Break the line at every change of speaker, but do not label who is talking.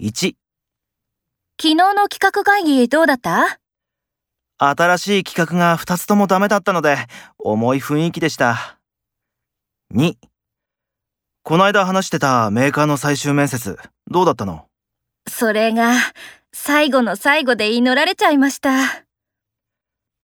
1、
昨日の企画会議どうだった
新しい企画が2つともダメだったので、重い雰囲気でした。2、こないだ話してたメーカーの最終面接、どうだったの
それが、最後の最後で祈られちゃいました。